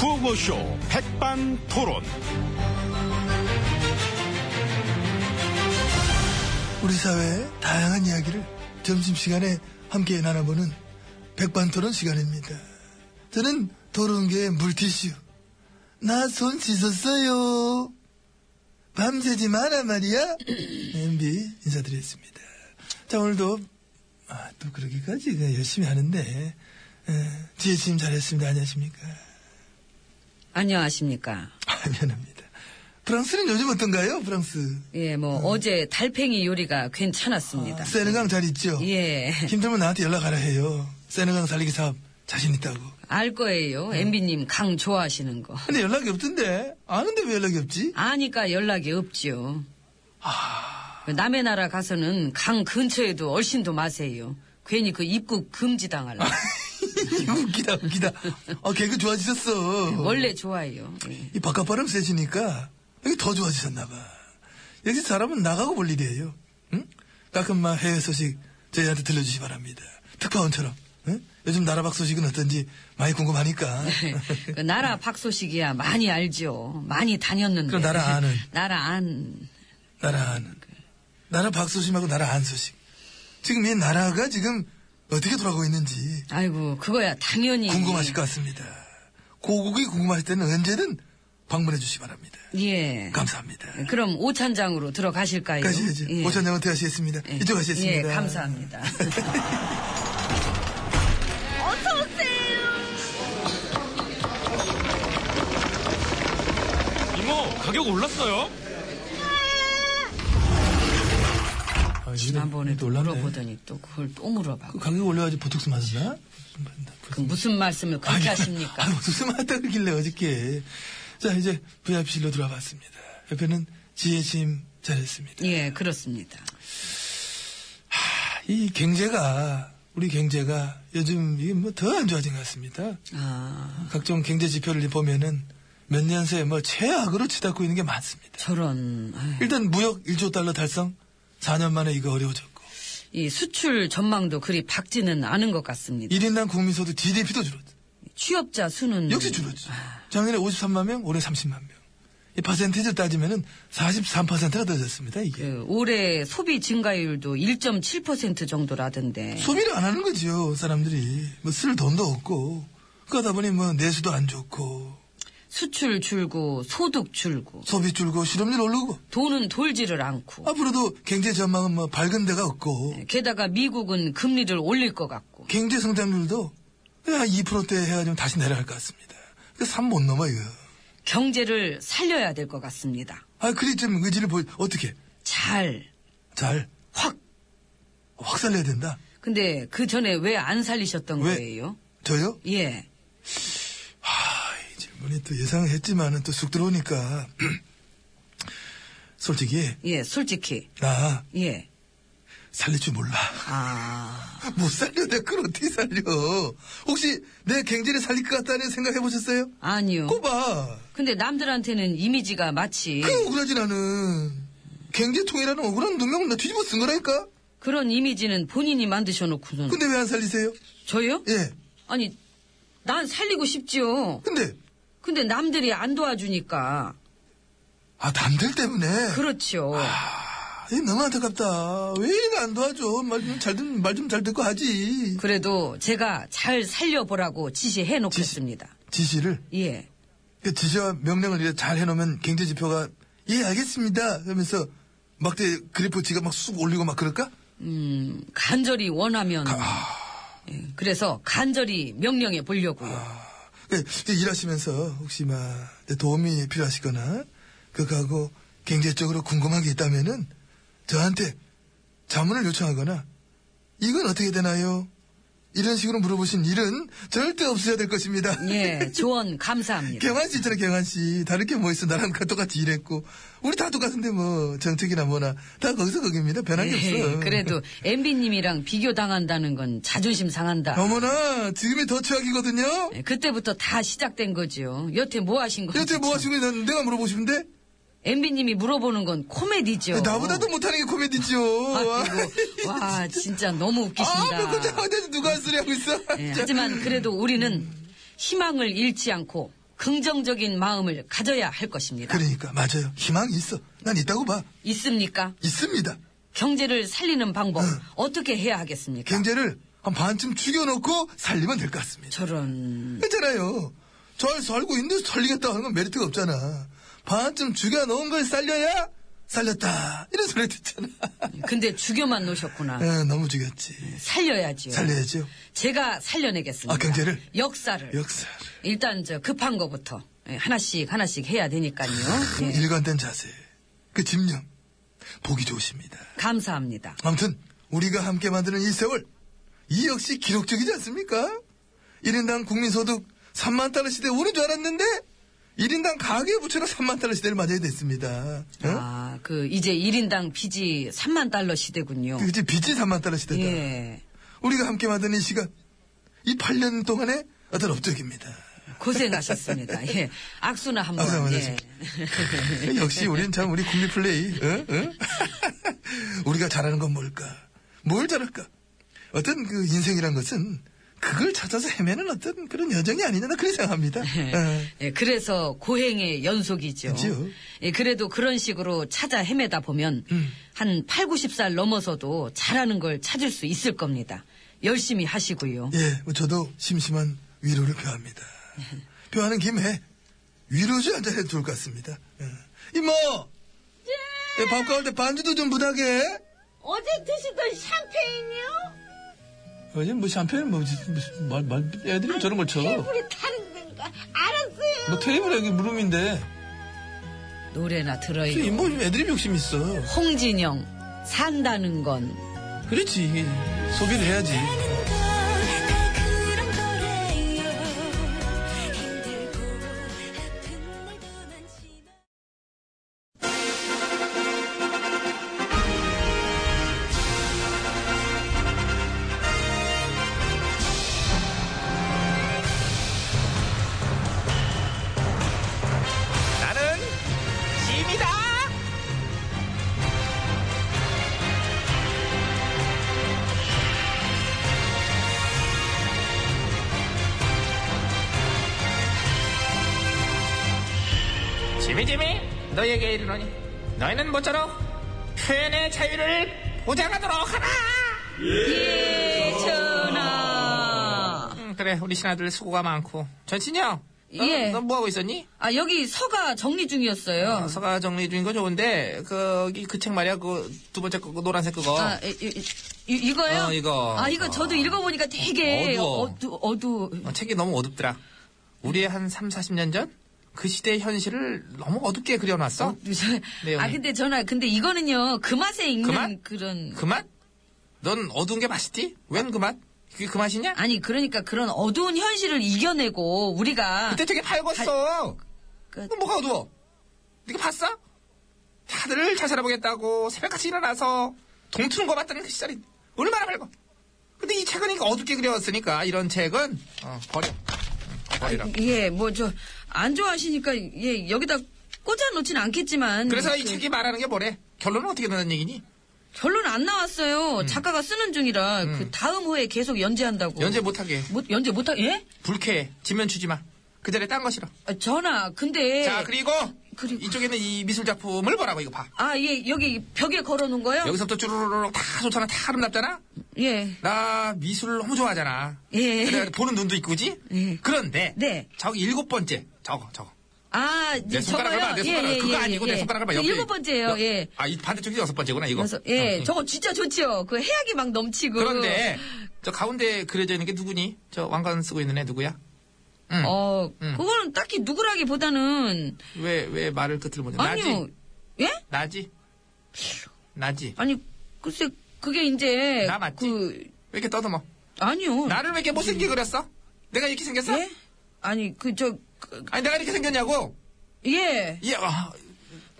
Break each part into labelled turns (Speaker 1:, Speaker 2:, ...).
Speaker 1: 구호쇼 백반토론.
Speaker 2: 우리 사회의 다양한 이야기를 점심시간에 함께 나눠보는 백반토론 시간입니다. 저는 토론계의 물티슈. 나 손 씻었어요. 밤새지 마라 말이야. MB 인사드리겠습니다. 자 오늘도 아, 또 그러기까지 그냥 열심히 하는데 에, 지혜씨님 잘했습니다. 안녕하십니까?
Speaker 3: 안녕하십니까.
Speaker 2: 아, 미안합니다. 프랑스는 요즘 어떤가요? 프랑스.
Speaker 3: 예,
Speaker 2: 음.
Speaker 3: 뭐, 어제 달팽이 요리가
Speaker 2: 아,
Speaker 3: 괜찮았습니다.
Speaker 2: 세네강 잘 있죠?
Speaker 3: 예.
Speaker 2: 힘들면 나한테 연락하라 해요. 세네강 살리기 사업 자신 있다고.
Speaker 3: 알 거예요.
Speaker 2: 네.
Speaker 3: 엠비님 강 좋아하시는 거.
Speaker 2: 근데 연락이 없던데. 아는데 왜 연락이 없지?
Speaker 3: 아니까 연락이 없죠.
Speaker 2: 아.
Speaker 3: 남의 나라 가서는 강 근처에도 얼씬도 마세요. 괜히 그 입국 금지당할라.
Speaker 2: 아, 웃기다, 웃기다. 아, 개그 좋아지셨어.
Speaker 3: 원래 좋아요. 예.
Speaker 2: 이 바깥바람 세시니까 여기 더 좋아지셨나봐. 역시 사람은 나가고 볼 일이에요. 응? 가끔만 해외 소식 저희한테 들려주시 기 바랍니다. 특파원처럼. 응? 요즘 나라 밖 소식은 어떤지 많이 궁금하니까.
Speaker 3: 그 나라 박 소식이야 많이 알죠. 많이 다녔는데.
Speaker 2: 그럼 나라 안은?
Speaker 3: 나라 안.
Speaker 2: 나라 안. 나라 박소심하고 나라 안 소식. 지금 이 나라가 지금 어떻게 돌아가고 있는지
Speaker 3: 아이고 그거야 당연히.
Speaker 2: 궁금하실 것 같습니다. 고국이 궁금하실 때는 언제든 방문해 주시기 바랍니다.
Speaker 3: 예.
Speaker 2: 감사합니다.
Speaker 3: 그럼 오찬장으로 들어가실까요?
Speaker 2: 가시죠.
Speaker 3: 예.
Speaker 2: 오천장은 대하시겠습니다.
Speaker 3: 예.
Speaker 2: 이쪽 하시겠습니다.
Speaker 3: 예, 감사합니다.
Speaker 1: 이모, 가격 올랐어요?
Speaker 2: 아,
Speaker 3: 지난번에 도
Speaker 2: 놀랐네.
Speaker 3: 물어보더니 또 그걸 또 물어봐.
Speaker 2: 그 가격 올려가지고 보톡스 맞았나? 무슨 말인가?
Speaker 3: 그 무슨 말씀을 그렇게 하십니까?
Speaker 2: 아, 보톡스 맞았다 그러길래 어저께. 자, 이제 VIP실로 들어와 봤습니다. 옆에는 지혜심 잘했습니다.
Speaker 3: 예, 그렇습니다. 예.
Speaker 2: 이 경제가 우리 경제가 요즘 이게 뭐 더 안 좋아진 것 같습니다.
Speaker 3: 아,
Speaker 2: 각종 경제 지표를 보면은 몇 년 새 뭐 최악으로 치닫고 있는 게 많습니다.
Speaker 3: 저런. 아유.
Speaker 2: 일단 무역 1조 달러 달성 4년 만에 이거 어려워졌고
Speaker 3: 이 수출 전망도 그리 밝지는 않은 것 같습니다.
Speaker 2: 1인당 국민소득 GDP도 줄었죠.
Speaker 3: 취업자 수는. 아,
Speaker 2: 역시 줄었죠. 작년에 53만 명, 올해 30만 명. 이 퍼센티지 따지면은 43%가 떨어졌습니다. 이게
Speaker 3: 그 올해 소비 증가율도 1.7% 정도라던데.
Speaker 2: 소비를 안 하는 거죠. 사람들이 뭐 쓸 돈도 없고 그러다 보니 뭐 내수도 안 좋고
Speaker 3: 수출 줄고, 소득 줄고,
Speaker 2: 소비 줄고 실업률 오르고
Speaker 3: 돈은 돌지를 않고. 예,
Speaker 2: 앞으로도 경제 전망은 뭐 밝은 데가 없고
Speaker 3: 게다가 미국은 금리를 올릴 것 같고.
Speaker 2: 경제 성장률도 한 2%대 해가지고 다시 내려갈 것 같습니다. 그 3 못 넘어 이거.
Speaker 3: 경제를 살려야 될 것 같습니다.
Speaker 2: 아 그리 좀 의지를 보여 어떻게
Speaker 3: 잘,
Speaker 2: 잘 확
Speaker 3: 확.
Speaker 2: 살려야 된다.
Speaker 3: 근데 그 전에 왜 안 살리셨던
Speaker 2: 왜?
Speaker 3: 거예요?
Speaker 2: 저요?
Speaker 3: 예.
Speaker 2: 아이 질문이 또 예상했지만은 또 쑥 들어오니까 솔직히
Speaker 3: 예, 솔직히.
Speaker 2: 나
Speaker 3: 예.
Speaker 2: 살릴 줄 몰라.
Speaker 3: 아.
Speaker 2: 못 살려 내가 그걸 어떻게 살려? 혹시 내 경제를 살릴 것 같다는 생각해 보셨어요?
Speaker 3: 아니요.
Speaker 2: 그 꼽아.
Speaker 3: 근데 남들한테는 이미지가 마치
Speaker 2: 그 억울하지 나는 경제통이라는 억울한 누명을 나 뒤집어 쓴 거라니까
Speaker 3: 그런 이미지는 본인이 만드셔놓고는.
Speaker 2: 근데 왜 안 살리세요?
Speaker 3: 저요?
Speaker 2: 예
Speaker 3: 아니, 난 살리고 싶지요.
Speaker 2: 근데
Speaker 3: 근데 남들이 안 도와주니까.
Speaker 2: 아 남들 때문에
Speaker 3: 그렇죠.
Speaker 2: 아, 이게 너무 안타깝다 왜 이리 안 도와줘 말좀잘말좀 잘 듣고 하지
Speaker 3: 그래도 제가 잘 살려보라고 지시해 놓겠습니다.
Speaker 2: 지시를
Speaker 3: 예.
Speaker 2: 그 지시와 명령을 이렇게 잘 해놓으면 경제지표가 예 알겠습니다 하면서 막대 그래프 지가 막 쑥 올리고 막 그럴까?
Speaker 3: 음, 간절히 원하면.
Speaker 2: 아.
Speaker 3: 예, 그래서 간절히 명령해 보려고요.
Speaker 2: 예, 이제 일하시면서 혹시 막 도움이 필요하시거나 그거하고 경제적으로 궁금한 게 있다면은 저한테 자문을 요청하거나 이건 어떻게 되나요? 이런 식으로 물어보신 일은 절대 없어야 될 것입니다.
Speaker 3: 예, 조언 감사합니다.
Speaker 2: 경환 씨 있잖아, 경환 씨. 다를 게 뭐 있어. 나랑 똑같이 일했고. 우리 다 똑같은데 뭐, 정책이나 뭐나. 다 거기서 거기입니다. 변한 게 없어.
Speaker 3: 에이, 네, 그래도 MB님이랑 비교당한다는 건 자존심 상한다.
Speaker 2: 어머나, 지금이 더 최악이거든요?
Speaker 3: 예, 그때부터 다 시작된 거지요. 여태 뭐 하신 거죠?
Speaker 2: 여태 뭐 하시고, 난 내가 물어보시는데?
Speaker 3: MB님이 물어보는 건 코미디죠.
Speaker 2: 네, 나보다도 못하는 게 코미디죠.
Speaker 3: 아이고, 와, 진짜 너무 웃기신다.
Speaker 2: 아, 뭐 깜짝 어디 누가 한 소리 하고 있어?
Speaker 3: 예,
Speaker 2: 자,
Speaker 3: 하지만 그래도 우리는 희망을 잃지 않고 긍정적인 마음을 가져야 할 것입니다.
Speaker 2: 그러니까 맞아요. 희망이 있어. 난 있다고 봐.
Speaker 3: 있습니까?
Speaker 2: 있습니다.
Speaker 3: 경제를 살리는 방법 어떻게 해야 하겠습니까?
Speaker 2: 경제를 한 반쯤 죽여놓고 살리면 될 것 같습니다.
Speaker 3: 저런
Speaker 2: 그렇잖아요. 잘 살고 있는데 살리겠다 하는 건 메리트가 없잖아. 반쯤 죽여놓은 걸 살려야 살렸다. 이런 소리 듣잖아.
Speaker 3: 근데 죽여만 놓으셨구나.
Speaker 2: 예, 너무
Speaker 3: 네.
Speaker 2: 죽였지.
Speaker 3: 살려야지요.
Speaker 2: 살려야죠.
Speaker 3: 제가 살려내겠습니다.
Speaker 2: 아, 경제를?
Speaker 3: 역사를.
Speaker 2: 역사를.
Speaker 3: 일단 저 급한 거부터 예, 하나씩 하나씩 해야 되니까요.
Speaker 2: 아,
Speaker 3: 예,
Speaker 2: 일관된 자세. 그 집념. 보기 좋으십니다.
Speaker 3: 감사합니다.
Speaker 2: 아무튼 우리가 함께 만드는 이 세월 이 역시 기록적이지 않습니까? 1인당 국민소득 3만 달러 시대 오는 줄 알았는데 1인당 가계 부채로 3만 달러 시대를 맞이게 됐습니다. 어?
Speaker 3: 아, 그 이제 1인당 빚이 3만 달러 시대군요.
Speaker 2: 그치 빚이 3만 달러 시대다.
Speaker 3: 예.
Speaker 2: 우리가 함께 만드는 이 시간 이 8년 동안의 어떤 업적입니다.
Speaker 3: 고생하셨습니다. 예. 악수나 한번.
Speaker 2: 악수 한번
Speaker 3: 예.
Speaker 2: 하십시오. 역시 우린 참 우리 국립 플레이. 어? 어? 우리가 잘하는 건 뭘까? 뭘 잘할까? 어떤 그 인생이란 것은 그걸 찾아서 헤매는 어떤 그런 여정이 아니냐 나 그렇게 생각합니다. 어.
Speaker 3: 예, 그래서 고행의 연속이죠.
Speaker 2: 그죠.
Speaker 3: 예, 그래도 그런 식으로 찾아 헤매다 보면
Speaker 2: 음.
Speaker 3: 한 8, 90살 넘어서도 잘하는 걸 찾을 수 있을 겁니다. 열심히 하시고요.
Speaker 2: 예, 뭐 저도 심심한 위로를 표합니다. 표하는 김에 위로주 한잔 해도 좋을 것 같습니다. 어. 이모, 예, 밥 가올 때 반주도 좀 부탁해.
Speaker 4: 어제 드시던 샴페인이요?
Speaker 5: 아니 뭐 샴페인 뭐 무슨 말, 말 애들이 저런 걸 쳐.
Speaker 4: 우리 다른 건가? 알았어요.
Speaker 5: 뭐 테이블 여기 무릎인데.
Speaker 2: 예.
Speaker 3: 노래나 들어요.
Speaker 5: 뭐 애들이 욕심 있어.
Speaker 3: 홍진영 산다는 건
Speaker 5: 그렇지 이게 소비를 해야지.
Speaker 1: 나는 짐이다.
Speaker 6: 지미 지미 너에게 이르노니 너희는 모쪼록 표현의 자유를 보장하도록 하라.
Speaker 3: 예천아
Speaker 6: 음, 그래 우리 신하들 수고가 많고 전신영.
Speaker 3: 예.
Speaker 6: 너 뭐 하고 있었니?
Speaker 3: 아 여기 서가 정리 중이었어요
Speaker 6: 서가 정리 중인 거 좋은데 거기 그 책 말이야 그 두 번째 거, 그 노란색 그거.
Speaker 3: 아 이, 이, 거요
Speaker 6: 어, 이거.
Speaker 3: 아 이거 저도 읽어보니까 되게
Speaker 6: 어두워.
Speaker 3: 어두 어두
Speaker 6: 어, 책이 너무 어둡더라. 우리의 한 3, 40년 전 그 시대의 현실을 너무 어둡게 네, 그려놨어.
Speaker 3: 음.
Speaker 6: 내용이.
Speaker 3: 아 근데 전화 근데 이거는요 그 맛에 읽는
Speaker 6: 맛?
Speaker 3: 그런
Speaker 6: 그 맛? 넌 어두운 게 맛있지? 웬 그 맛? 그게 그 맛이냐?
Speaker 3: 아니 그러니까 그런 어두운 현실을 이겨내고 우리가
Speaker 6: 그때 되게 밝았어.
Speaker 3: 그-
Speaker 6: 그... 뭐가 어두워? 네가 봤어? 다들 잘 살아보겠다고 새벽같이 일어나서 동트는 거 봤다는 그 시절이 얼마나 밝아. 근데 이 책은 이거 어둡게 그려왔으니까 이런 책은 어, 버려. 응, 버리라.
Speaker 3: 예 뭐 저 안 좋아하시니까 예 여기다 꽂아놓진 않겠지만
Speaker 6: 그래서 이
Speaker 3: 그-
Speaker 6: 책이 말하는 게 뭐래? 결론은 어떻게 된다는 얘기니?
Speaker 3: 결론 안
Speaker 6: 음.
Speaker 3: 나왔어요. 작가가 쓰는 중이라 그 다음 호에 계속 연재한다고.
Speaker 6: 연재 못하게.
Speaker 3: 못 연재 못하 예?
Speaker 6: 불쾌해. 지면 주지 마. 그 자리에 딴 거 싫어.
Speaker 3: 아, 전화 근데
Speaker 6: 자, 그리고,
Speaker 3: 네. 그리고-
Speaker 6: 이쪽에 있는 이 미술 작품을 보라고 이거 봐.
Speaker 3: 아 예 여기 벽에 걸어놓은 거요?
Speaker 6: 여기서부터 쭈루루룩 다 좋잖아. 다 아름답잖아?
Speaker 3: 예.
Speaker 6: 나 미술을 너무 좋아하잖아.
Speaker 3: 예.
Speaker 6: 그래, 보는 눈도 있고, 그지?
Speaker 3: 예.
Speaker 6: 그런데.
Speaker 3: 네.
Speaker 6: 저기 일곱 번째. 저거, 저거.
Speaker 3: 아
Speaker 6: 내 손가락을
Speaker 3: 저거요?
Speaker 6: 봐, 내 손가락.
Speaker 3: 예,
Speaker 6: 그거
Speaker 3: 예,
Speaker 6: 아니고
Speaker 3: 예,
Speaker 6: 내 손가락을 봐,
Speaker 3: 그
Speaker 6: 옆에.
Speaker 3: 일곱 번째예요.
Speaker 6: 여-
Speaker 3: 예.
Speaker 6: 아, 이 반대쪽이 여섯 번째구나, 이거.
Speaker 3: 그래서 예
Speaker 6: 어,
Speaker 3: 저거 진짜 좋지요. 그 해악이 막 넘치고.
Speaker 6: 그런데, 저 가운데 그려져 있는 게 누구니? 저 왕관 쓰고 있는 애 누구야? 응.
Speaker 3: 어
Speaker 6: 음.
Speaker 3: 그거는 딱히 누구라기보다는
Speaker 6: 왜, 왜 말을 끝을 못해?
Speaker 3: 아니요
Speaker 6: 나지?
Speaker 3: 예?
Speaker 6: 나지? 나지?
Speaker 3: 아니 글쎄 그게 이제
Speaker 6: 나 맞지?
Speaker 3: 그
Speaker 6: 왜 이렇게 떠듬어?
Speaker 3: 아니요
Speaker 6: 나를 왜 이렇게 못생기게 그렸어? 내가 이렇게 생겼어?
Speaker 3: 예? 아니 그저 그,
Speaker 6: 아니, 내가 이렇게 생겼냐고?
Speaker 3: 예.
Speaker 6: 이, 아,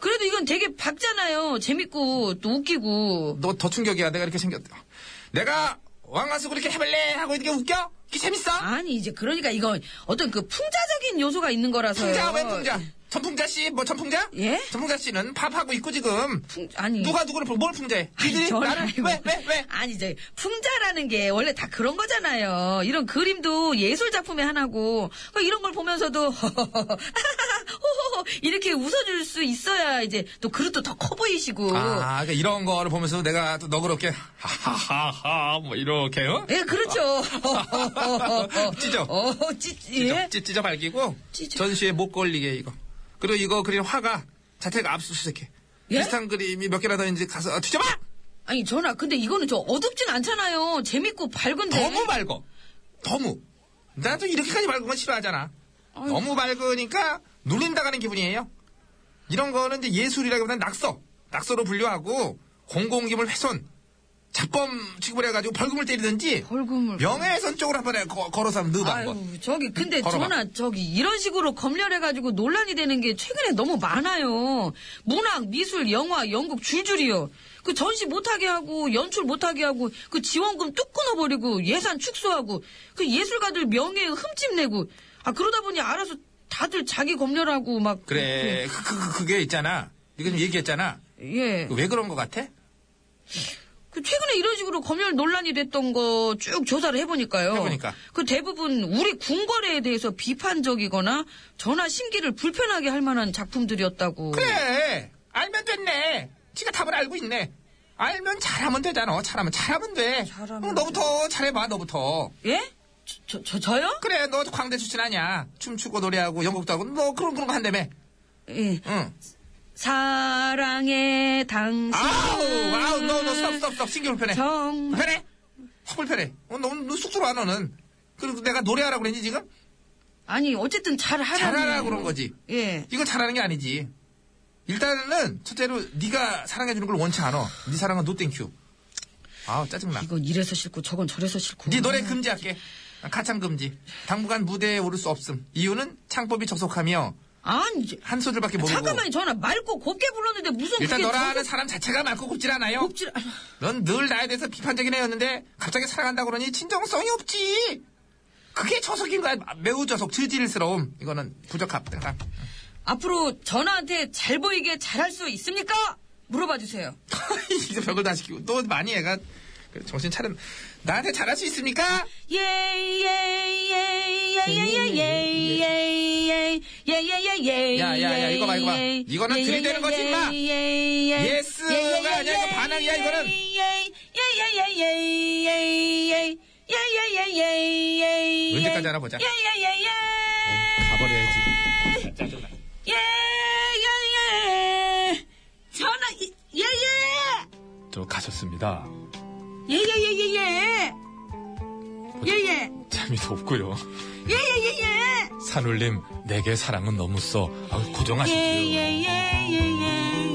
Speaker 3: 그래도 이건 되게 밝잖아요. 재밌고 또 웃기고.
Speaker 6: 너 더 충격이야. 내가 이렇게 생겼다. 내가 왕관쓰고 이렇게 해볼래? 하고 이렇게 웃겨?
Speaker 3: 아,
Speaker 6: 이게 재밌어?
Speaker 3: 아니 이제 그러니까 이건 어떤 그 풍자적인 요소가 있는 거라서요.
Speaker 6: 풍자, 왜 풍자? 전풍자 씨, 뭐 전풍자?
Speaker 3: 예?
Speaker 6: 전풍자 씨는 밥하고 있고 지금
Speaker 3: 풍- 아니.
Speaker 6: 누가 누구를 부- 뭘 풍자해?
Speaker 3: 아니,
Speaker 6: 니들이
Speaker 3: 저는
Speaker 6: 나를
Speaker 3: 아니고.
Speaker 6: 왜 왜 왜?
Speaker 3: 아니 이제 풍자라는 게 원래 다 그런 거잖아요. 이런 그림도 예술 작품의 하나고 그러니까 이런 걸 보면서도 호호호 이렇게 웃어줄 수 있어야 이제 또 그릇도 더 커 보이시고.
Speaker 6: 아, 그러니까 이런 거를 보면서 내가 또 너그럽게 하하하하 뭐 이렇게요?
Speaker 3: 예, 그렇죠.
Speaker 6: 찢어.
Speaker 3: 어, 찢, 예?
Speaker 6: 찢어, 찢- 찢어 밝히고
Speaker 3: 찢어.
Speaker 6: 전시에 못 걸리게 이거. 그리고 이거 그린 화가 자택 압수수색해.
Speaker 3: 예?
Speaker 6: 비슷한 그림이 몇 개나 더 있는지 가서 아, 뒤져봐.
Speaker 3: 아니, 전화, 근데 이거는 저 어둡진 않잖아요. 재밌고 밝은데.
Speaker 6: 너무 밝어. 너무. 나도 이렇게까지 밝은 건 싫어하잖아. 너무 밝으니까 눌린다가는 기분이에요. 이런 거는 이제 예술이라기보다는 낙서. 낙서로 분류하고 공공기물 훼손. 자범 취급을 해가지고 벌금을 때리든지
Speaker 3: 벌금을.
Speaker 6: 명예훼손 쪽으로 한번 해. 거- 걸어서 한번 넣어봐. 한번.
Speaker 3: 아유, 저기, 근데
Speaker 6: 걸어봐.
Speaker 3: 전화, 저기, 이런 식으로 검열해가지고 논란이 되는 게 최근에 너무 많아요. 문학, 미술, 영화, 연극 줄줄이요. 그 전시 못하게 하고, 연출 못하게 하고, 그 지원금 뚝 끊어버리고, 예산 축소하고, 그 예술가들 명예 흠집 내고, 아, 그러다 보니 알아서 다들 자기 검열하고, 막.
Speaker 6: 그래
Speaker 3: 네.
Speaker 6: 그, 그, 그, 게 있잖아 이거 좀 얘기했잖아
Speaker 3: 예.
Speaker 6: 왜 그런 것 같아?
Speaker 3: 그 최근에 이런 식으로 검열 논란이 됐던 거 쭉 조사를 해보니까요.
Speaker 6: 해보니까.
Speaker 3: 그 대부분 우리 궁궐에 대해서 비판적이거나 전하 심기를 불편하게 할 만한 작품들이었다고. 네.
Speaker 6: 그래 알면 됐네 지가 답을 알고 있네 알면 잘하면 되잖아 잘하면 잘하면 돼
Speaker 3: 잘하면
Speaker 6: 응, 너부터 잘해봐 너부터
Speaker 3: 예? 저, 저, 저, 요
Speaker 6: 그래 너 광대 출신 아니야 춤추고 노래하고 연극도 하고 너 그런 그런 거 한다며
Speaker 3: 예.
Speaker 6: 응
Speaker 3: 사랑해, 당신.
Speaker 6: 아우 아우 너너 스톱 네. 스톱 스톱 신기 불편해
Speaker 3: 정.
Speaker 6: 불편해 확 불편해 어, 너무 눈 쑥 들어와 너는 그리고 내가 노래하라고 그랬니 지금?
Speaker 3: 아니, 어쨌든 잘 하라.
Speaker 6: 잘하라고 그런 거지
Speaker 3: 예.
Speaker 6: 이거 잘하는 게 아니지. 일단은 첫째로 네가 사랑해주는 걸 원치 않아. 네 사랑은 노 땡큐. 아우 짜증나.
Speaker 3: 이건 이래서 싫고 저건 저래서 싫고.
Speaker 6: 네 노래 금지할게. 아, 가창 금지. 당분간 무대에 오를 수 없음. 이유는 창법이 적속하며
Speaker 3: 아니, 저-
Speaker 6: 한 소절밖에 모르고.
Speaker 3: 잠깐만요, 전화 맑고 곱게 불렀는데 무슨
Speaker 6: 일단
Speaker 3: 그게
Speaker 6: 너라는
Speaker 3: 저게
Speaker 6: 사람 자체가 많고 곱질 않아요.
Speaker 3: 곱질, 않-
Speaker 6: 넌 늘 나에 대해서 비판적인 애였는데 갑자기 사랑한다 그러니 친정성이 없지. 그게 저속인 거야. 매우 저속, 저질스러움. 이거는 부적합.
Speaker 3: 앞으로 전화한테 잘 보이게 잘할 수 있습니까? 물어봐 주세요.
Speaker 6: 이제 벽을 다 시키고 또 많이 애가 그래, 정신 차려 나한테 잘할 수 있습니까?
Speaker 3: 예, 예, 야야야 이거 봐 이거 봐 이거는 들이대는 거지 임마 예, 예스가 예, 아니야 이거 반항이야 이거는 예,
Speaker 6: 언제까지
Speaker 3: 예, 언제까지 알아보자
Speaker 6: 알아보자.
Speaker 3: 예,
Speaker 6: 가버려야지
Speaker 3: 예, 예예예 전화 예예
Speaker 5: 저 가셨습니다.
Speaker 3: 예예예예예 예예
Speaker 5: 참이 덥고요.
Speaker 3: 예예예예
Speaker 5: 산울님 내게 사랑은 너무 써. 아, 고정하시지요.
Speaker 3: 예예예예예